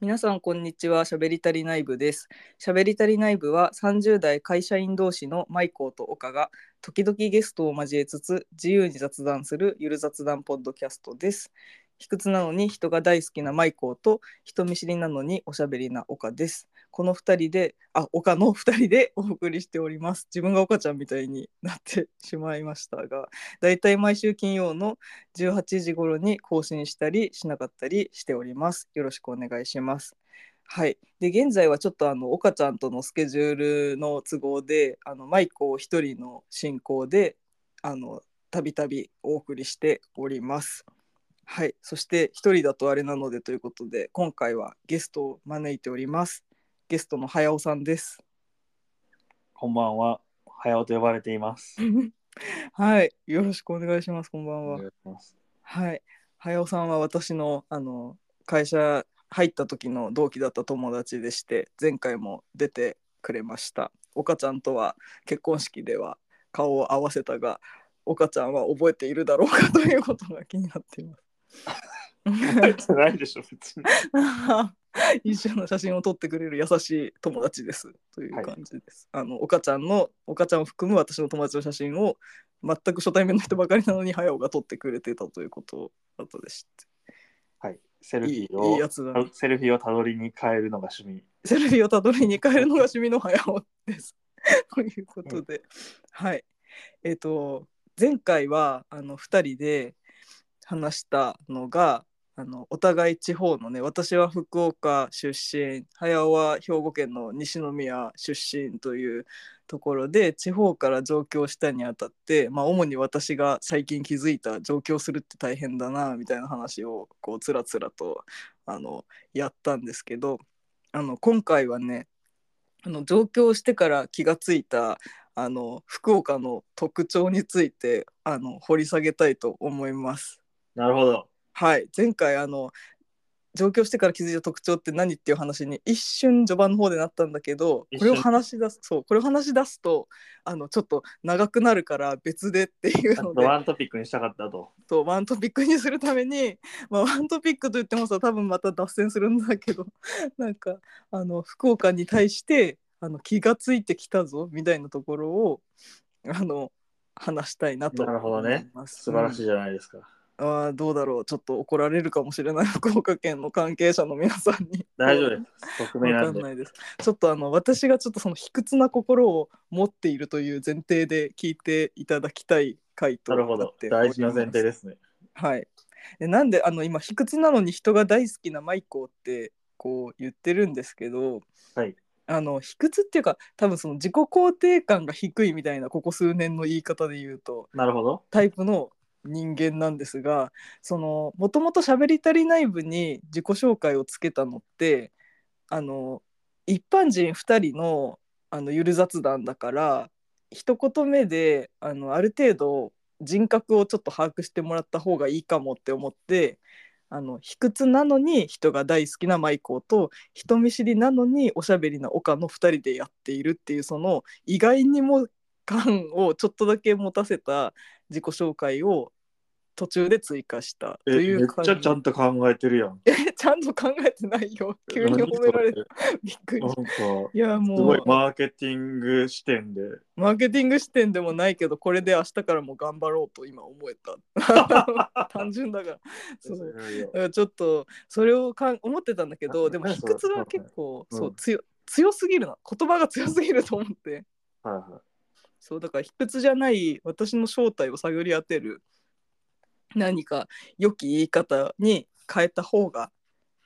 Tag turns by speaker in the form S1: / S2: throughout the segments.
S1: 皆さんこんにちはしゃべりたり内部ですしゃべりたり内部は30代会社員同士のマイコーと岡が時々ゲストを交えつつ自由に雑談するゆる雑談ポッドキャストです卑屈なのに人が大好きなマイコーと人見知りなのにおしゃべりな岡ですこの二人であ岡の二人でお送りしております自分が岡ちゃんみたいになってしまいましたがだいたい毎週金曜の18時頃に更新したりしなかったりしております。よろしくお願いします。はい、で現在はちょっとあの岡ちゃんとのスケジュールの都合であのマイコを一人の進行であのたびたびお送りしております。はい、そして一人だとあれなのでということで今回はゲストを招いております。ゲストの早尾さんです。
S2: こんばんは。早尾と呼ばれています。
S1: はい、よろしくお願いします。こんばんは。
S2: は
S1: はい、早尾さんは私のあの会社入った時の同期だった友達でして前回も出てくれました岡ちゃんとは結婚式では顔を合わせたが岡ちゃんは覚えているだろうかということが気になっています
S2: い、てないでしょ、別に。
S1: 一緒の写真を撮ってくれる優しい友達ですという感じです、あの岡ちゃんの岡ちゃんを含む私の友達の写真を全く初対面の人ばかりなのに早尾が撮ってくれてたということだったでして
S2: はい、セルフ
S1: いい
S2: ィー
S1: いいや
S2: を、
S1: つだな
S2: セルフィーをたどりに変えるのが趣味。
S1: セルフィーをたどりに帰るのが趣味の早尾です。ということで、はい。えっ、と、前回は、あの、2人で話したのが、あのお互い地方のね私は福岡出身早尾は兵庫県の西宮出身というところで地方から上京したにあたって、まあ、主に私が最近気づいた上京するって大変だなみたいな話をこうつらつらとあのやったんですけどあの今回はねあの上京してから気がついたあの福岡の特徴についてあの掘り下げたいと思います。
S2: なるほど。
S1: はい、前回あの上京してから気づいた特徴って何っていう話に一瞬序盤の方でなったんだけどこれを
S2: 一瞬
S1: 話し出すそうこれを話し出すとあのちょっと長くなるから別でっていう
S2: あ
S1: の
S2: と
S1: で
S2: ワントピックにしたかったと。
S1: とワントピックにするために、まあ、ワントピックと言ってもさ多分また脱線するんだけど なんかあの福岡に対してあの気がついてきたぞみたいなところをあの話したいなと
S2: なるほどね
S1: 思います
S2: 素晴らしいじゃないですか。
S1: うんあーどうだろうちょっと怒られるかもしれない福岡県の関係者の皆さんに。
S2: 大丈夫です。匿名
S1: わ
S2: な
S1: か
S2: ん
S1: ん
S2: で。
S1: ないですちょっとあの私がちょっとその卑屈な心を持っているという前提で聞いていただきたい回と
S2: なるほ
S1: なっ
S2: ど
S1: て。おります
S2: 大事な前提ですね。
S1: はい、でなんであの今卑屈なのに人が大好きなマイコーってこう言ってるんですけど、
S2: はい
S1: あの卑屈っていうか多分その自己肯定感が低いみたいなここ数年の言い方で言うと
S2: なるほど。
S1: タイプの人間なんですがそのもともと「しゃべりたり内部」に自己紹介をつけたのってあの一般人2人のあのゆる雑談だから一言目であのある程度人格をちょっと把握してもらった方がいいかもって思ってあの卑屈なのに人が大好きなマイコーと人見知りなのにおしゃべりな岡の2人でやっているっていうその意外にも感をちょっとだけ持たせた自己紹介を途中で追加したと
S2: え
S1: い
S2: めっ
S1: う感
S2: ち
S1: じ
S2: ゃちゃんと考えてるやん。
S1: ちゃんと考えてないよ急に褒められてびっくり
S2: なん
S1: した
S2: か、
S1: いや
S2: すご
S1: も
S2: いうマーケティング視点で。
S1: マーケティング視点でもないけどこれで明日からも頑張ろうと今思えた 単純だからそうだからちょっとそれをかん思ってたんだけどでも
S2: ね
S1: 卑
S2: そう
S1: 屈は結構
S2: うん
S1: そう強強すぎるな言葉が強すぎると思って
S2: はいは
S1: そうだから卑屈じゃない私の正体を探り当てる何か良き言い方に変えた方が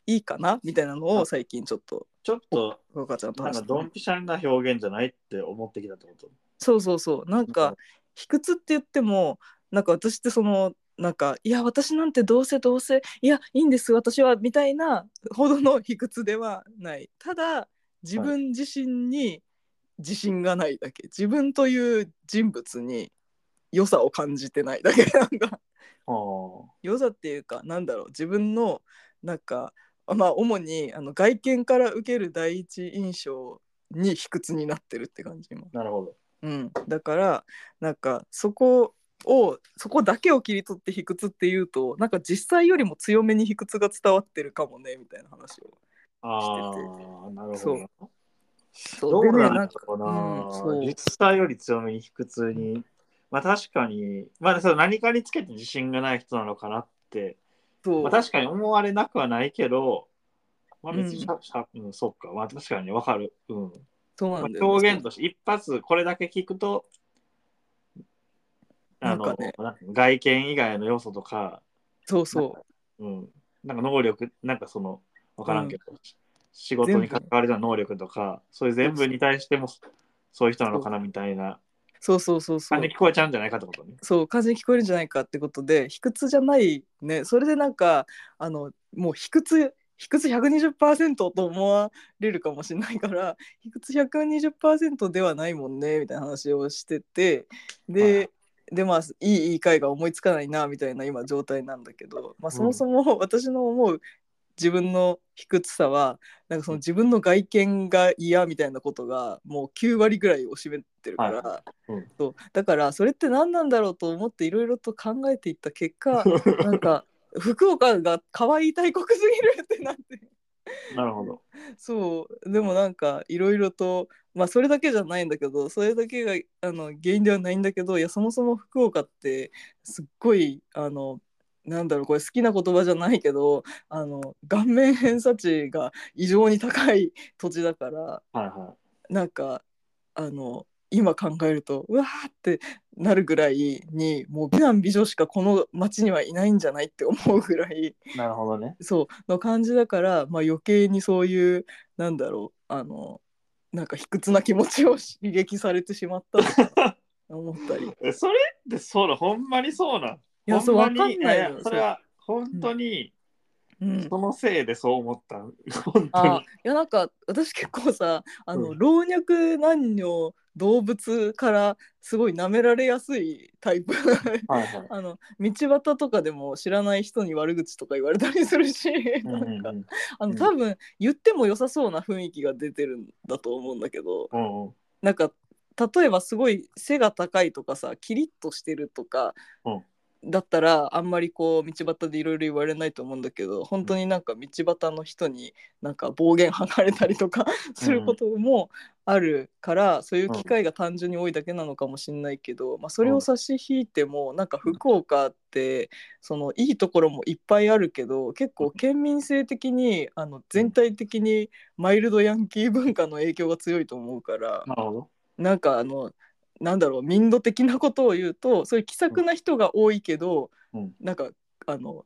S1: いいかなみたいなのを最近ちょっと
S2: い。ちょっと、
S1: 岡ちゃんと
S2: なん
S1: 話
S2: か
S1: して
S2: ドンピシャな表現じゃないって思ってきたってこと。
S1: そうそうそうなんか卑屈って言ってもなんか私ってそのなんかいや私なんてどうせどうせいやいいんです私はみたいなほどの卑屈ではないただ自分自身に自信がないだけ、自分という人物に良さを感じてないだけなんか
S2: あー
S1: 良さっていうかなんだろう自分のなんかまあ主にあの外見から受ける第一印象に卑屈になってるって感じ今
S2: なるほど。
S1: うん、だからなんかそこをそこだけを切り取って卑屈っていうとなんか実際よりも強めに卑屈が伝わってるかもねみたいな話を
S2: ああ
S1: してて、
S2: なる
S1: そ
S2: ほ
S1: う
S2: ど。
S1: そ
S2: どう
S1: で
S2: な
S1: ね
S2: ん
S1: な
S2: だ
S1: んか
S2: ろう
S1: うん
S2: な、
S1: そう
S2: 実際より強めに卑屈に。まあ確かに、まあ、その何かにつけて自信がない人なのかなって、
S1: そう
S2: まあ、確かに思われなくはないけど、まあ別にしゃ、
S1: う
S2: しゃうん、そっか、まあ確かにわかる。うん。
S1: そう
S2: ま
S1: な
S2: あ
S1: んだよね、
S2: 表現として一発これだけ聞くと、あの
S1: なんかね
S2: なんていうの外見以外の要素とか、
S1: そうそう
S2: うん、なんか能力、なんかその、わからんけど、仕
S1: 全
S2: 事
S1: 部
S2: に関わるような能力とか、そういう全部に対しても、そういう人なのかなみたいな
S1: そうそうそうそう
S2: 感じに聞こえちゃうんじゃないかってことね。
S1: そう感じに聞こえるんじゃないかってことで卑屈じゃないねそれでなんかあのもう卑屈卑屈120%と思われるかもしれないから卑屈120%ではないもんねみたいな話をしててで、
S2: はい
S1: でまあいいいい回が思いつかないなみたいな今状態なんだけど、まあ、そもそも 私の思う自分の卑屈さはなんかその自分の外見が嫌みたいなことがもう9割ぐらいを占めてるから、
S2: はうん
S1: そうだからそれって何なんだろうと思っていろいろと考えていった結 果なんか福岡が可愛い大国すぎるってなって
S2: なるほど。
S1: そうでもなんかいろいろとまあそれだけじゃないんだけどそれだけがあの原因ではないんだけどいやそもそも福岡ってすっごいあのなんだろうこれ好きな言葉じゃないけどあの顔面偏差値が異常に高い土地だから
S2: はいは
S1: なんかあの今考えるとうわーってなるぐらいにもう美男美女しかこの町にはいないんじゃないって思うぐらい。
S2: い。なるほどね。
S1: そうの感じだから、まあ、余計にそういうなんだろうあのなんか卑屈な気持ちを 刺激されてしまったのか な思ったりい
S2: えそれってそうだ、ほんまにそうなん。
S1: やそう
S2: ほ
S1: わ
S2: ん
S1: か
S2: ま
S1: ん
S2: に
S1: ない
S2: いやい
S1: の
S2: やそれは本当に、
S1: そううん
S2: そのせいでそう思った。 本当
S1: あい
S2: に。
S1: やなんか私結構さあの、
S2: うん
S1: 老若男女動物からすごい舐められやすいタイプ
S2: はいはい。
S1: あの道端とかでも知らない人に悪口とか言われたりするし、
S2: う
S1: な
S2: んうんんう
S1: か
S2: ん
S1: あ
S2: う
S1: の
S2: ん
S1: 多分言っても良さそうな雰囲気が出てるんだと思うんだけど、
S2: うんうん
S1: なんか例えばすごい背が高いとかさキリッとしてるとか、
S2: うん
S1: だったらあんまりこう道端でいろいろ言われないと思うんだけど本当になんか道端の人になんか暴言吐かれたりとか することもあるから、そういう機会が単純に多いだけなのかもしれないけど、まあ、それを差し引いてもなんか福岡ってそのいいところもいっぱいあるけど結構県民性的にあの全体的にマイルドヤンキー文化の影響が強いと思うから。
S2: なるほど。
S1: なんかあのなんだろう民度的なことを言うとそういう気さくな人が多いけど、
S2: うん
S1: なんかあの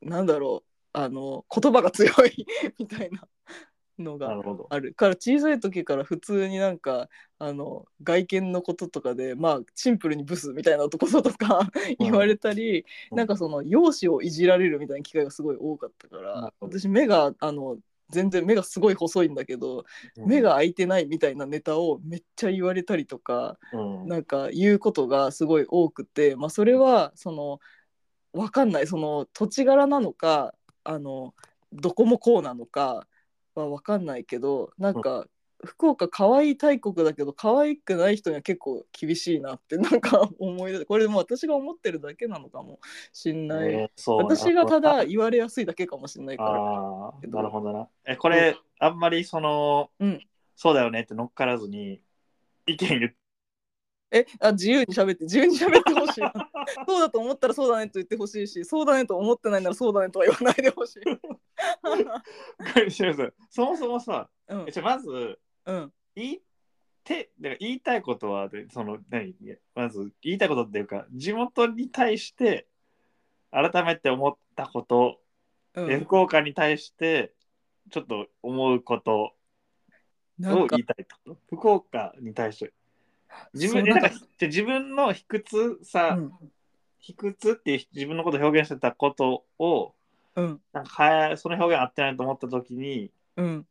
S1: なんだろうあの言葉が強いみたいなの
S2: な
S1: が
S2: るほど。
S1: あるから小さい時から普通になんかあの外見のこととかでまあシンプルにブスみたいなこととか 言われたり、
S2: うん
S1: なんかその容姿をいじられるみたいな機会がすごい多かったか
S2: な
S1: ら
S2: るほど
S1: 私目があの全然目がすごい細いんだけど目が開いてないみたいなネタをめっちゃ言われたりとか
S2: うん、
S1: なんか言うことがすごい多くて、まあ、それはそのわかんないその土地柄なのかあのどこもこうなのかはわかんないけどなんか福岡可愛い大国だけど可愛くない人には結構厳しいなってなんか思い出これもう私が思ってるだけなのかもしんない、
S2: えーそうな
S1: 私がただ言われやすいだけかもしんないから
S2: あーなるほどな。え、これ、あんまりその、
S1: うん
S2: そうだよねって乗っからずに、意見言って、
S1: えあ自由に喋って自由に喋ってほしいなそうだと思ったらそうだねと言ってほしいしそうだねと思ってないならそうだねとは言わないでほしい、
S2: そもそもさ、
S1: うん
S2: えじゃあまず、
S1: うん、
S2: 言いてだから言いたいことは、でその、何まず言いたいことっていうか、地元に対して、改めて思ったこと、
S1: う
S2: え
S1: ん、
S2: 福岡に対して、ちょっと思うこと、
S1: な
S2: を
S1: んか
S2: 言いたいってこと福岡に対して自
S1: そ
S2: 分
S1: うな
S2: えなんん
S1: か
S2: かじゃあ自分の卑屈さ、
S1: うん
S2: 卑屈っていう自分のことを表現してたことを
S1: うん
S2: なんかはその表現合ってないと思った時に
S1: うん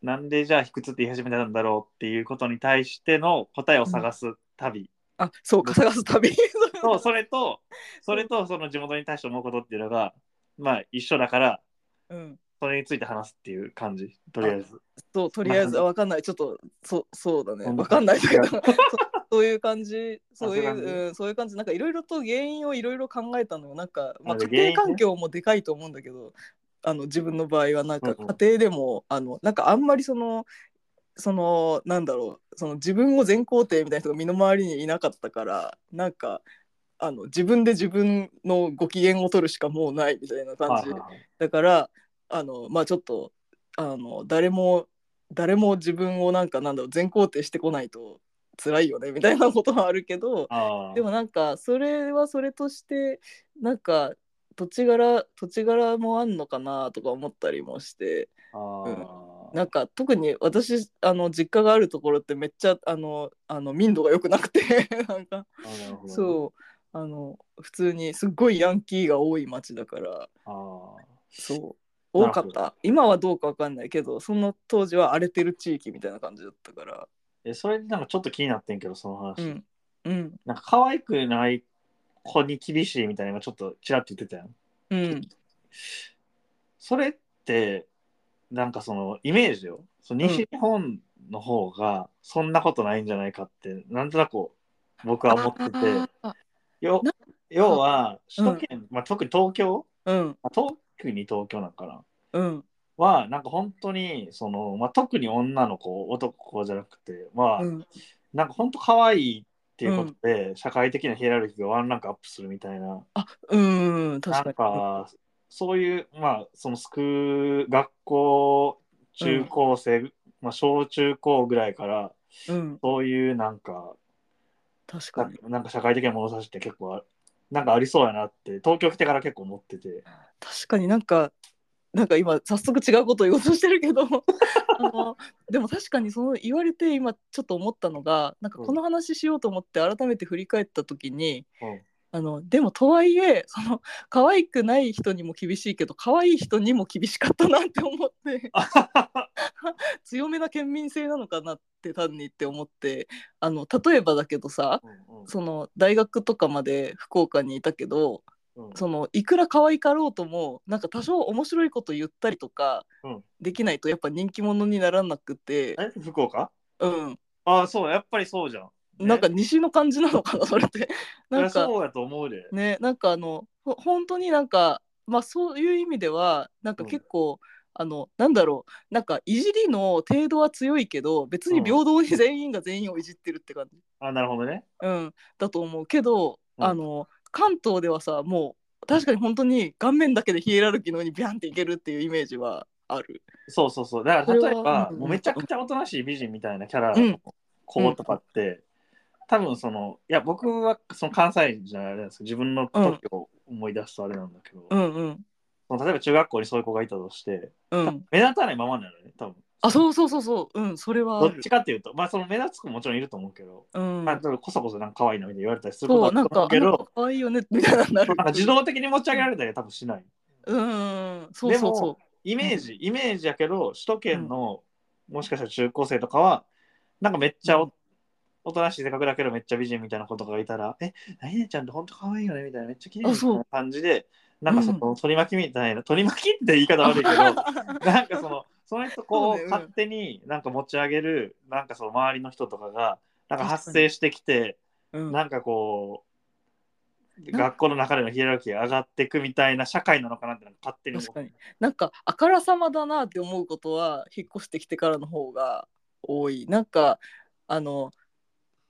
S2: なんでじゃあ卑屈って言い始めたんだろうっていうことに対しての答えを探す旅
S1: あそうか探す旅
S2: と、それとそれとその地元に対して思うことっていうのがまあ一緒だから
S1: うん
S2: それについて話すっていう感じとりあえず
S1: そうとりあえず
S2: まあ
S1: わかんないちょっとそそうだね
S2: うん
S1: わかんないけどそう そういう感じそうい
S2: あそういう感じ
S1: う、うん、そういう感じなんかいろいろと原因をいろいろ考えたのよなんか、まあ、
S2: あじゃ
S1: 家庭
S2: あ原因ね
S1: 環境もでかいと思うんだけどあの自分の場合はなん
S2: う
S1: か
S2: んうん
S1: 家庭でもあのなんかあんまりそのそのなんだろうその自分を全肯定みたいな人が身の回りにいなかったからなんかあの自分で自分のご機嫌を取るしかもうないみたいな感
S2: はい
S1: じ
S2: はいはい
S1: だからあのまあちょっとあの誰も誰も自分をなんかなんだろう全肯定してこないと辛いよねみたいなことはあるけど
S2: あー
S1: でもなんかそれはそれとしてなんか土地柄土地柄もあんのかなとか思ったりもして
S2: あー
S1: なんか特に私あの実家があるところってめっちゃあのあの民度が良くなくて なんか
S2: あなるほどね
S1: そうあの普通にすっごいヤンキーが多い町だから
S2: あ
S1: そう
S2: な
S1: 多
S2: るほ
S1: か
S2: ど
S1: った今はどうかわかんないけどその当時は荒れてる地域みたいな感じだったから
S2: ーえそれでなんかちょっと気になってんけどその話、
S1: うんうん
S2: なんか可愛くない子に厳しいみたいなのがちょっとちらっと言ってたやん
S1: うん
S2: それってなんかそのイメージよその
S1: うん
S2: 西日本の方がそんなことないんじゃないかってなんとなく僕は思ってて
S1: あ
S2: よ
S1: な
S2: 要は首都圏、まあ、特に東京
S1: うん
S2: まあ特に東京なんかな
S1: うん
S2: はなんか本当にその、まあ、特に女の子男じゃなくてまあ、
S1: うん
S2: なんか本当可愛いっていうことで、社会的なヒエラルキーがワンランクアップするみたいな
S1: うん
S2: な
S1: 確
S2: ん
S1: かに
S2: かそういうまあそのスクール学校中高生、まあ、小中高ぐらいから
S1: うん
S2: そういうなんか
S1: 確か
S2: な
S1: に
S2: なんか社会的な物差しって結構あなんかありそうやなって東京来てから結構思ってて
S1: 確かになんかなんか今早速違うことを言おうとしてるけど あのでも確かにその言われて今ちょっと思ったのがなんかこの話しようと思って改めて振り返った時に、
S2: うん
S1: あのでもとはいえその可愛くない人にも厳しいけど可愛い人にも厳しかったなって思って 強めな県民性なのかなって単にって思ってあの例えばだけどさ
S2: うんうん
S1: その大学とかまで福岡にいたけど、
S2: うん
S1: そのいくら可愛かろうともなんか多少面白いこと言ったりとか
S2: うん
S1: できないとやっぱ人気者にならなくて、
S2: え福岡
S1: うん、
S2: ああそうやっぱりそうじゃん、ね
S1: なんか西の感じなのかなそれって。なん
S2: いや
S1: か
S2: そうやと思うで、
S1: ねなんかあのほ本当になんかまあそういう意味ではなんか結構、あのなんだろうなんかいじりの程度は強いけど別に平等に全員が全員をいじってるって感じ、
S2: あなるほどね
S1: うん、だと思うけど、
S2: うん
S1: あの関東ではさもう確かに本当に顔面だけでヒエラルキーのようにビャンっていけるっていうイメージはある。
S2: そうそうそうだから例え
S1: これは
S2: ば
S1: うん
S2: もうめちゃくちゃおとなしい美人みたいなキャラ
S1: うん
S2: の子とかって、多分そのいや僕はその関西じゃないですけど自分の時を思い出すとあれなんだけど、
S1: うんうん
S2: その例えば中学校にそういう子がいたとして
S1: うん、
S2: 目立たないままなのね多分
S1: あそうそうそうそううんそれはあ
S2: ど
S1: る
S2: っちかっていうとまあその目立つ子ももちろんいると思うけど、
S1: うん
S2: まあ、例えばこそこそなんか可愛いなみたいな言われたりするこ
S1: そ
S2: と
S1: うなん
S2: と思
S1: か
S2: う
S1: あ
S2: け
S1: の
S2: ど
S1: 子可愛いよねみたいにな
S2: そ
S1: る
S2: うなんか自動的に持ち上げられたりは多分しない
S1: うんそうそうそ
S2: イメージ、イメージやけど首都圏の、もしかしたら中高生とかはなんかめっちゃお,、
S1: うん
S2: となしい性格だけどめっちゃ美人みたいな子とかがいたら「え何々ちゃんってほんと可愛いよね」みたいなめっちゃ綺麗
S1: あ
S2: みた
S1: そ
S2: いうな感じでなんかその、
S1: う
S2: 取り巻きみたいな取り巻きって言い方悪 いけどなんかそのその人
S1: そ
S2: こ
S1: うね
S2: う
S1: うん
S2: 勝手になんか持ち上げるなんかその周りの人とかがなんか発生してきて
S1: う、うん、
S2: なんかこ
S1: な
S2: う
S1: んか
S2: 学校の中でのヒエラルキーが上がっていくみたいな社会なのかなってなんか勝手に思
S1: 確
S2: って
S1: かになんかあからさまだなって思うことは引っ越してきてからの方が多いなんかあの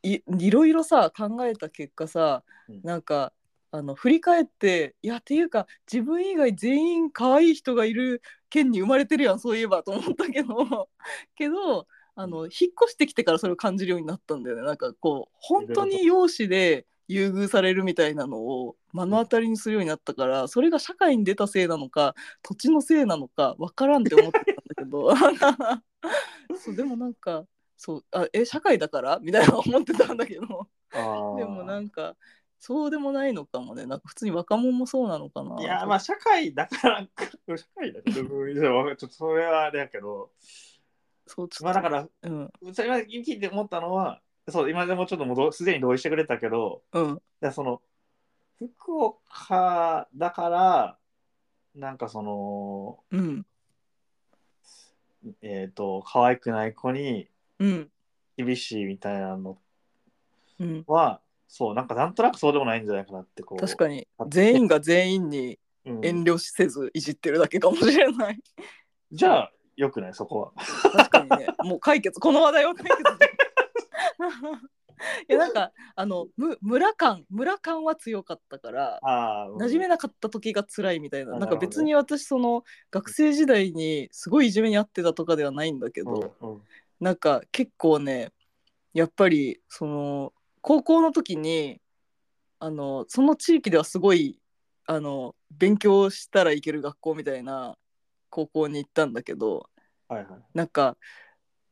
S1: いいろいろさ考えた結果さ
S2: うん
S1: なんかあの振り返っていやっていうか自分以外全員可愛い人がいる県に生まれてるやんそういえばと思ったけど けどあの引っ越してきてからそれを感じるようになったんだよねなんかこう本当に容姿で優遇されるみたいなのを目の当たりにするようになったからそれが社会に出たせいなのか土地のせいなのか分からんって思ってたんだけど そうでもなんかそうあえ社会だからみたいな思ってたんだけど
S2: あー
S1: でもなんかそうでもないのかもねなんか普通に若者もそうなのかないい
S2: やまあ社会だから か社会だからうんちょっとそれはあれやけど
S1: そうちょ
S2: まあ
S1: っと
S2: だか
S1: う
S2: ら
S1: ん
S2: それは聞いて思ったのはそう今でもちょっともうどすでに同意してくれたけど
S1: うん
S2: だからその福岡だからなんかその
S1: うん
S2: えっ、と可愛くない子に
S1: うん
S2: 厳しいみたいなの
S1: うん
S2: はそうなんかなんとなくそうでもないんじゃないかなってこう
S1: 確かに全員が全員に
S2: うん
S1: 遠慮せずいじってるだけかもしれ ない。
S2: じゃあ、よくない、そこは。
S1: 確かにね、もう解決、この話題は 解決で。いやなんかあのむ村感村感は強かったから
S2: ああ、
S1: 馴染めなかった時が辛いみたいな
S2: あ
S1: なん
S2: な
S1: か
S2: るほど
S1: 別に私その学生時代にすごいいじめにあってたとかではないんだけど、
S2: うんうん
S1: なんか結構ねやっぱりその高校の時にあのその地域ではすごいあの勉強したらいける学校みたいな高校に行ったんだけど
S2: はいはい。
S1: なんか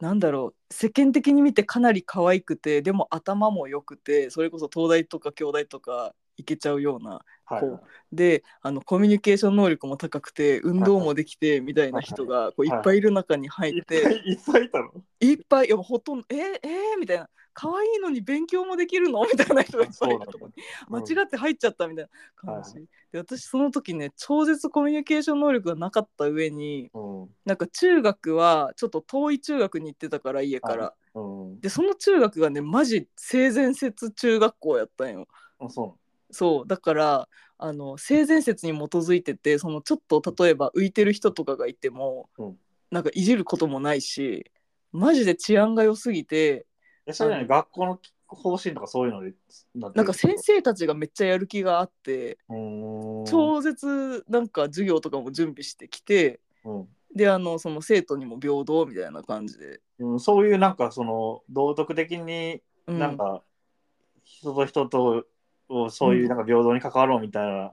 S1: なんだろう世間的に見てかなり可愛くてでも頭も良くてそれこそ東大とか京大とか行けちゃうような
S2: はいはい
S1: こであのコミュニケーション能力も高くて運動もできてみたいな人がこういっぱいいる中に入
S2: い
S1: っ。
S2: ってぱいいっぱいいたの
S1: いっぱい、いやほとんど、えー、えーみたいな、可愛いのに勉強もできるのみたいな人がいっぱいいると思う
S2: うなんだ
S1: 間違って入っちゃったみたいな感じ。
S2: は
S1: で、私、その時ね、超絶コミュニケーション能力がなかった上に、
S2: うん
S1: なんか中学は、ちょっと遠い中学に行ってたから、家から。
S2: はうん。
S1: で、その中学がね、マジ性善説中学校やったんよ。
S2: あそ
S1: そうだからあの性善説に基づいててそのちょっと例えば浮いてる人とかがいても、
S2: うん
S1: なんかいじることもないしマジで治安が良すぎて
S2: う。え、それな
S1: あの
S2: に学校の方針とかそういうのでな
S1: なんか先生たちがめっちゃやる気があって、
S2: 生
S1: 超絶なんか授業とかも準備してきて
S2: うん
S1: であのその生徒にも平等みたいな感じで。
S2: うん、そういうなんかその道徳的に
S1: う
S2: なんか人と人とをそういうなんか平等に関わろうみたいな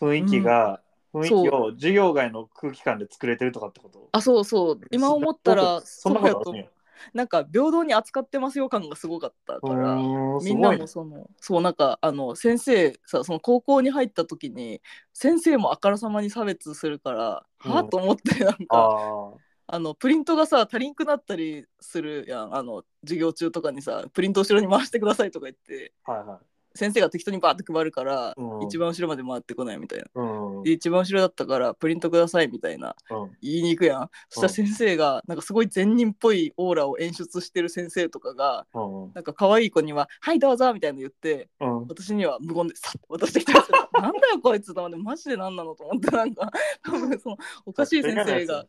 S2: 雰囲気が、
S1: ん
S2: 雰囲気を授業外の空気感で作れてるとかってこと
S1: あそうそう今思ったら
S2: そん
S1: そう
S2: なこ
S1: や
S2: と
S1: と
S2: あるね
S1: なんか平等に扱ってますよ感がすごかったから。
S2: うー
S1: みんな
S2: すごいね
S1: もそのそうなんかあの先生さその高校に入った時に先生もあからさまに差別するから、
S2: うん
S1: はあと思ってなん
S2: あ
S1: かあ
S2: ー
S1: のプリントがさ足りんくなったりするやんあの授業中とかにさプリント後ろに回してくださいとか言って
S2: はいはい
S1: 先生が適当にバーって配るから、
S2: うん
S1: 一番後ろまで回ってこないみたいな。
S2: うんうん
S1: で一番後ろだったからプリントくださいみたいな言いに行くやんそしたら先生がなんかすごい善人っぽいオーラを演出してる先生とかが
S2: うんうん
S1: なんか可愛い子には「はいどうぞ」みたいなの言って
S2: うん
S1: 私には無言でさっと渡してきたんですよなんだよこいつと思ってマジで何なのと思ってなんか多分そのおかしい先生が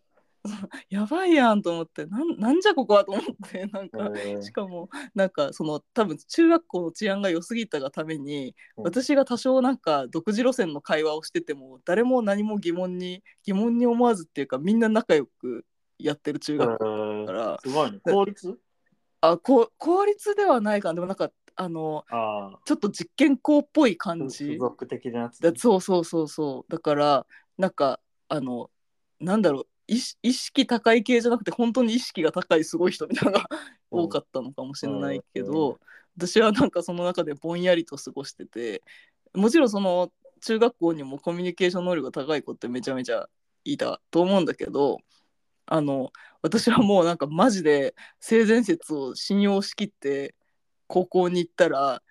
S1: やばいやんと思ってなんなんじゃここはと思って なん
S2: え
S1: か。
S2: ー
S1: しかもなんかその多分中学校の治安が良すぎたがために、
S2: うん
S1: 私が多少なんか独自路線の会話をしてても誰も何も疑問に疑問に思わずっていうかみんな仲良くやってる中学校だから、
S2: すごいね効率
S1: あこう公立ではないかなでもなんかあの
S2: あ
S1: ちょっと実験校っぽい
S2: あ
S1: 感じ
S2: 付属的なやつ
S1: だそうそうそうそうだからなんかあのなんだろう意識意識高い系じゃなくて本当に意識が高いすごい人みたいなのが
S2: うん
S1: 多かったのかもしれないけ
S2: うん
S1: ど私はなんかその中でぼんやりと過ごしててもちろんその中学校にもコミュニケーション能力が高い子ってめちゃめちゃいたと思うんだけどあの私はもうなんかマジで性善説を信用しきって高校に行ったら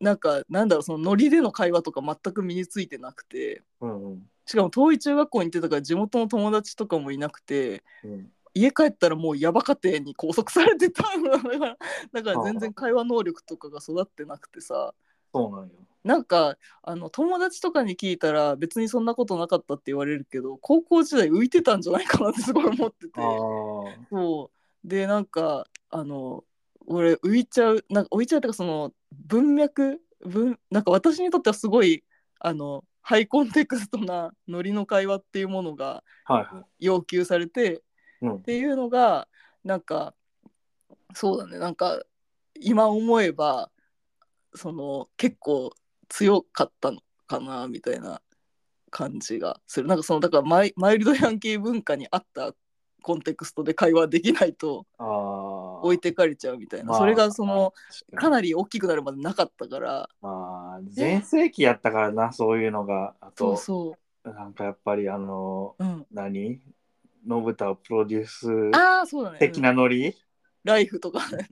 S1: なんかなんだろうそのノリでの会話とか全く身についてなくて
S2: うんうん
S1: しかも遠い中学校に行ってたから地元の友達とかもいなくて
S2: うん
S1: 家帰ったらもうヤバ家庭に拘束されてた だからだから全然会話能力とかが育ってなくてさ
S2: そうなんよ
S1: なんかあの友達とかに聞いたら別にそんなことなかったって言われるけど高校時代浮いてたんじゃないかなってすごい思ってて。
S2: あ
S1: そうでなんかあの俺浮いちゃうなんか浮いちゃうというかその文脈文なんか私にとってはすごいあのハイコンテクストなノリの会話っていうものが
S2: あはいはい
S1: 要求されて
S2: うん
S1: っていうのがなんかそうだねなんか今思えばその結構強かったのかなみたいな感じがするなんかそのだからマイマイルドヤンキー文化に合ったコンテクストで会話できないと
S2: ああ
S1: 置いてかれちゃうみたいな、
S2: まあ
S1: それがそのか
S2: な
S1: なり大きくなるまでなかったから
S2: まあ全盛期やったからなそういうのがあ
S1: そ
S2: と
S1: うそ
S2: なんかやっぱりあの
S1: う、うん、
S2: 何信太をプロデュース
S1: ああそうだね
S2: 的
S1: うん
S2: なノリ、
S1: ライフとかね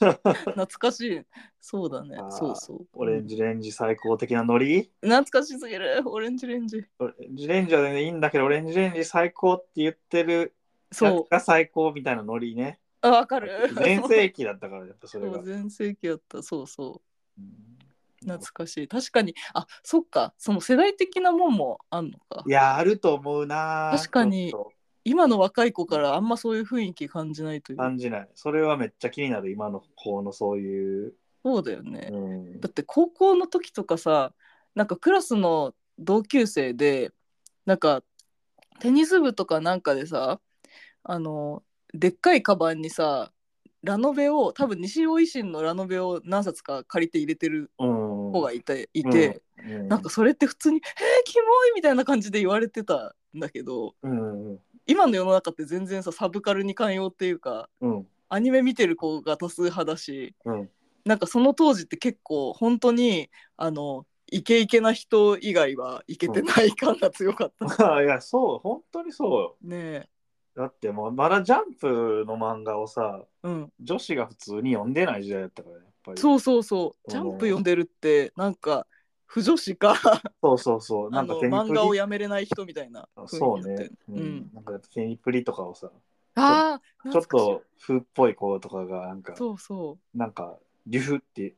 S1: 懐かしいそうだね
S2: あー
S1: そうそう
S2: オレンジレンジ最高的なノリ
S1: 懐かしすぎるオレンジレンジ
S2: オレンジレンジは全然いいんだけどオレンジレンジ最高って言ってるや
S1: そう
S2: つが最高みたいなノリね
S1: あわかる
S2: 全盛期だったからやっぱそれ
S1: そ
S2: が
S1: う全盛期やったそうそ
S2: うん
S1: 懐かしい確かにあそっかその世代的なもんもあんのか
S2: いや、あると思うな。
S1: 確かに
S2: ちょっ
S1: 今の若い子からあんまそういう雰囲気感じないとい
S2: と
S1: う
S2: 感じない。それはめっちゃ気になる、今の子のそういう。
S1: そうだよね
S2: うん
S1: だって高校の時とかさなんかクラスの同級生でなんかテニス部とかなんかでさあのでっかいカバンにさラノベを多分西尾維新のラノベを何冊か借りて入れてる
S2: うん。
S1: 子がいて,、いて
S2: うん
S1: なんかそれって普通に「えー、キモい!」みたいな感じで言われてたんだけど
S2: うんうん
S1: 今の世の中って全然さサブカルに寛容っていうか
S2: うん
S1: アニメ見てる子が多数派だし、
S2: うん
S1: なんかその当時って結構本当にあのイケイケな人以外はイケてない感が強かった、
S2: あいやそう本当にそうよ
S1: ねえ
S2: だってもうまだジャンプの漫画をさ
S1: うん、
S2: 女子が普通に読んでない時代だったからやっぱり
S1: そうそうそう「
S2: うん
S1: ジャンプ」読んでるってなんか不女子か
S2: そうそうそう
S1: あ
S2: なんか
S1: の
S2: テニプ
S1: 漫
S2: リ
S1: 画をやめれない人みたいな
S2: そう
S1: になって
S2: ね
S1: る、
S2: う
S1: うんん、
S2: なんかテニプリとかをさ
S1: ああ
S2: ちょっと風っぽい子とかがなんか
S1: そうそう
S2: なんかリュフって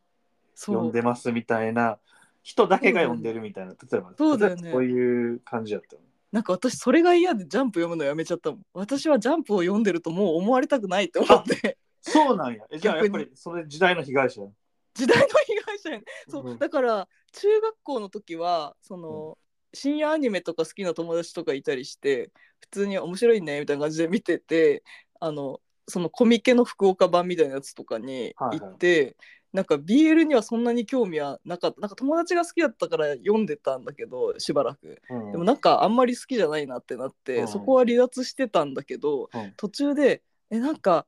S1: そ
S2: 呼ん
S1: う
S2: でますみたいな人だけが読んでるみたいな例えば
S1: そうだよね
S2: こういう感じだったよね
S1: なんか私それが嫌で「ジャンプ」読むのやめちゃったもん私は「ジャンプ」を読んでるともう思われたくないって思って
S2: そうなんやえじゃあやっぱ
S1: 逆
S2: りそれ時代の被害者や
S1: 時代の被害者やねそう、
S2: うん
S1: だから中学校の時はその、深夜アニメとか好きな友達とかいたりして普通に面白いねみたいな感じで見ててあのそのコミケの福岡版みたいなやつとかに行って、なんか BL にはそんなに興味はなかったなんか友達が好きだったから読んでたんだけどしばらく
S2: うん
S1: でもなんかあんまり好きじゃないなってなって、
S2: うん
S1: そこは離脱してたんだけど、
S2: うん
S1: 途中でえなんか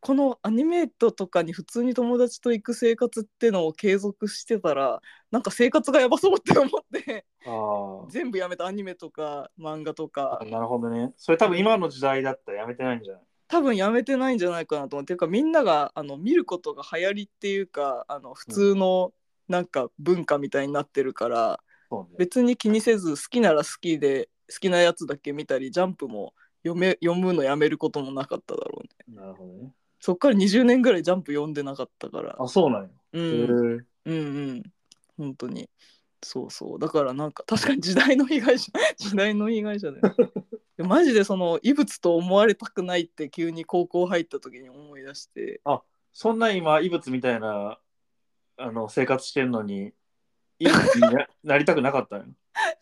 S1: このアニメートとかに普通に友達と行く生活ってのを継続してたらなんか生活がやばそうって思って
S2: あー
S1: 全部やめたアニメとか漫画と
S2: あ
S1: か
S2: なるほどね。それ多分今の時代だったらやめてないんじゃない
S1: 多分やめてないんじゃないかなと思ってていうかみんながあの見ることが流行りっていうかあの普通のなんか文化みたいになってるから。
S2: そうね。
S1: 別に気にせず好きなら好きで好きなやつだけ見たりジャンプも読め読むのやめることもなかっただろうね
S2: なるほどね。
S1: そっから20年ぐらいジャンプ読んでなかったから
S2: あ、そうなんや。
S1: う
S2: へ
S1: ん、うん
S2: ー
S1: うん本当にそうそうだからなんか確かに時代の被害者 時代の被害者だよね でマジでその異物と思われたくないって急に高校入った時に思い出して
S2: そんな今、異物みたいなあの生活してるのに、異物にななりたくなかった んよ。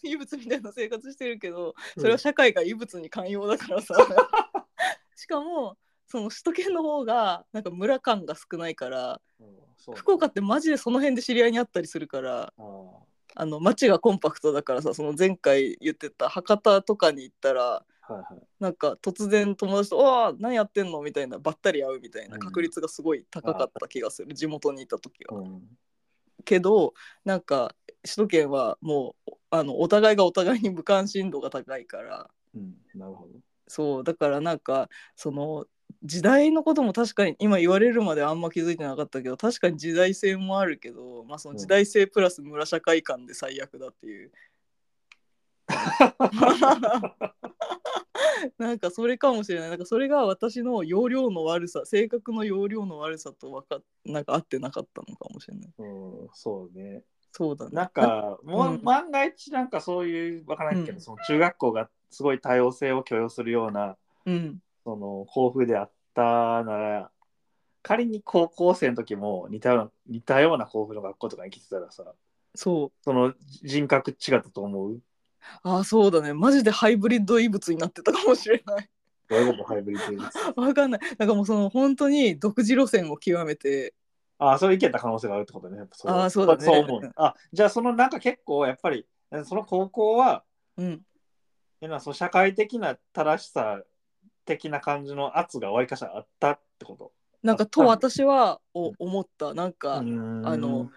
S1: 異物みたいな生活してるけどそれは社会が異物に寛容だから さしかもその首都圏の方がなんか村感が少ないから
S2: うんうんそう
S1: 福岡ってマジでその辺で知り合いにあったりするから
S2: あー
S1: あの街がコンパクトだからさその前回言ってた博多とかに行ったら
S2: はいはい。
S1: なんか突然友達と「おー何やってんの?」みたいなばったり会うみたいな
S2: うん
S1: 確率がすごい高かった気がする、地元にいた時は。
S2: うん
S1: けどなんか首都圏はもうあのお互いがお互いに無関心度が高いから
S2: うん、なるほど。
S1: そうだからなんかその時代のことも確かに今言われるまであんま気づいてなかったけど確かに時代性もあるけど、まあ、その時代性プラス村社会観で最悪だって いう。なんかそれかもしれないなんかそれが私の容量の悪さ性格の容量の悪さとわかなんか合ってなかったのかもしれない
S2: うん、そうね。
S1: そうだね
S2: なんか、も
S1: うん
S2: う万が一なんかそういう、わからないけど、
S1: うん
S2: その中学校がすごい多様性を許容するような、
S1: うん
S2: その甲府であったなら仮に高校生の時も似たような似たような甲府の学校とかに来てたらさ
S1: そう
S2: その人格違ったと思う
S1: ああそうだねマジでハイブリッド異物になってたかもしれない
S2: どういうことハイブリッドです
S1: わかんないなんかもうその本当に独自路線を極めて
S2: ああそれいけた可能性があるってことねやっぱれは
S1: あーそうだね
S2: そう思うあじゃあそのなんか結構やっぱりその高校は
S1: うん
S2: えなその社会的な正しさ的な感じの圧がわりかしらあったってこと
S1: なんか
S2: あ
S1: と
S2: はい
S1: 私はお思ったなん
S2: あ
S1: か、あの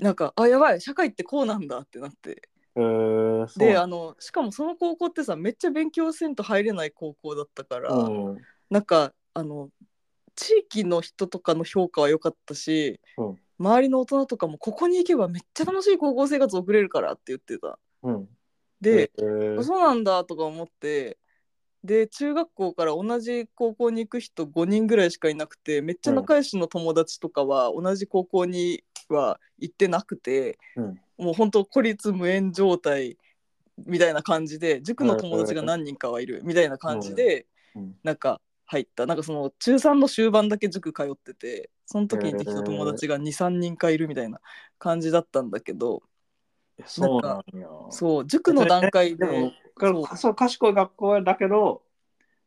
S1: なんかあやばい社会ってこうなんだってなって
S2: えー、そう
S1: であのしかもその高校ってさめっちゃ勉強せんと入れない高校だったから、
S2: うんうん
S1: なんかあの地域の人とかの評価は良かったし、
S2: うん
S1: 周りの大人とかもここに行けばめっちゃ楽しい高校生活送れるからって言ってた
S2: うん
S1: で、
S2: え
S1: あ
S2: ー
S1: そうなんだとか思ってで中学校から同じ高校に行く人5人ぐらいしかいなくてめっちゃ仲良しの友達とかは同じ高校には行ってなくて、
S2: うん
S1: もう本当孤立無縁状態みたいな感じで塾の友達が何人かはいるみたいな感じで、
S2: うんうん
S1: なんか入ったなんかその中3の終盤だけ塾通っててその時にできた友達が23人かいるみたいな感じだったんだけど
S2: そうなんや。
S1: そう塾の段階
S2: でも
S1: で、
S2: そうそう賢い学校だけど、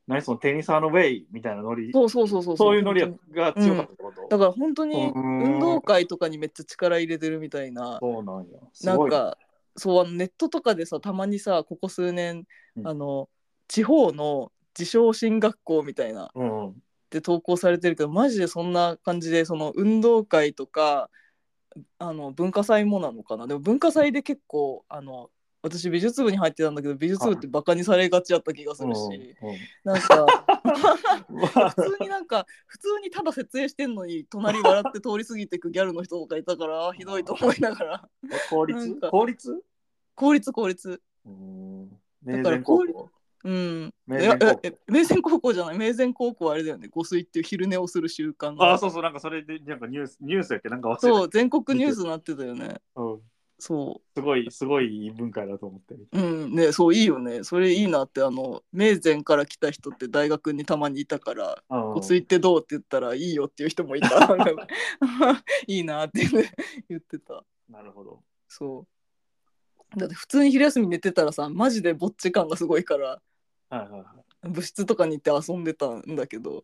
S2: 何そのテニスアのウェイみたいなノリ、
S1: そうそうそうそう
S2: そういうノリ
S1: 本
S2: が強かったってこと、
S1: 当にだから本当に
S2: うん
S1: 運動会とかにめっちゃ力入れてるみたいな
S2: そうなんや。す
S1: なん
S2: ごい。
S1: かそうあのネットとかでさたまにさここ数年、
S2: うん
S1: あの地方の自称進学校みたいな
S2: うんうん。
S1: で投稿されてるけどマジでそんな感じでその運動会とかあの文化祭もなのかなでも文化祭で結構あの私美術部に入ってたんだけど美術部ってバカにされがちだった気がするし、
S2: う
S1: なんか。
S2: んうん
S1: 普通になんか普通にただ設営してんのに隣笑って通り過ぎてくギャルの人とかいたから あーひどいと思いながら
S2: 効
S1: な
S2: 率
S1: んか
S2: 効率
S1: 効率効率
S2: うん。
S1: だ
S2: 名
S1: から
S2: 前高
S1: 効率
S2: 校。
S1: うん
S2: 名
S1: いや
S2: 前高校
S1: ええ明善高校じゃない明善高校はあれだよね御水っていう昼寝をする習慣が
S2: あ、そうそう、なんかそれで、なんかニュース、ニュースやっけなんか忘れた。
S1: そう全国ニュースになってたよね
S2: うん
S1: そ
S2: すごい、すごいいい文化だと思ってる。
S1: ううんねそういいよねそれいいなってあの明善から来た人って大学にたまにいたから
S2: う
S1: 「
S2: ん
S1: 御水ってどう?」って言ったら「いいよ」っていう人もい た なんかいいなってね言ってた
S2: なるほど。
S1: そう。だって普通に昼休み寝てたらさマジでぼっち感がすごいから
S2: はいはいは
S1: 部室とかに行って遊んでたんだけど、
S2: い。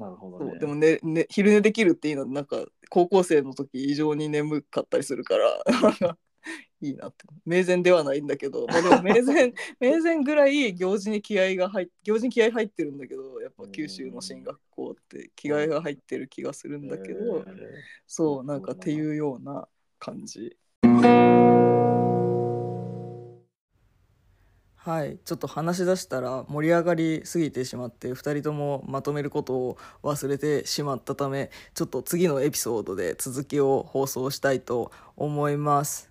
S2: なるほど
S1: そう
S2: ね。
S1: でも、ねね、昼寝できるっていいのなんか高校生の時異常に眠かったりするからいいなって明前ではないんだけど、まあ、でも明前明前ぐらい行事に気合が入っ行事に気合入ってるんだけどやっぱ九州の進学校って気合が入ってる気がするんだけど。
S2: えー
S1: そうなんかっていうような感じ。はいちょっと話し出したら盛り上がりすぎてしまって2人ともまとめることを忘れてしまったためちょっと次のエピソードで続きを放送したいと思います。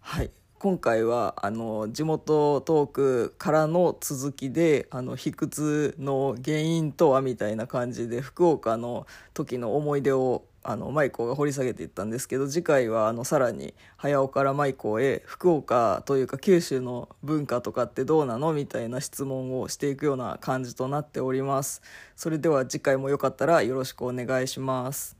S1: はい今回はあの地元トークからの続きであの卑屈の原因とはみたいな感じで福岡の時の思い出をあのマイコーが掘り下げていったんですけど次回はあのさらに早尾からマイコーへ福岡というか九州の文化とかってどうなのみたいな質問をしていくような感じとなっております。それでは次回もよかったらよろしくお願いします。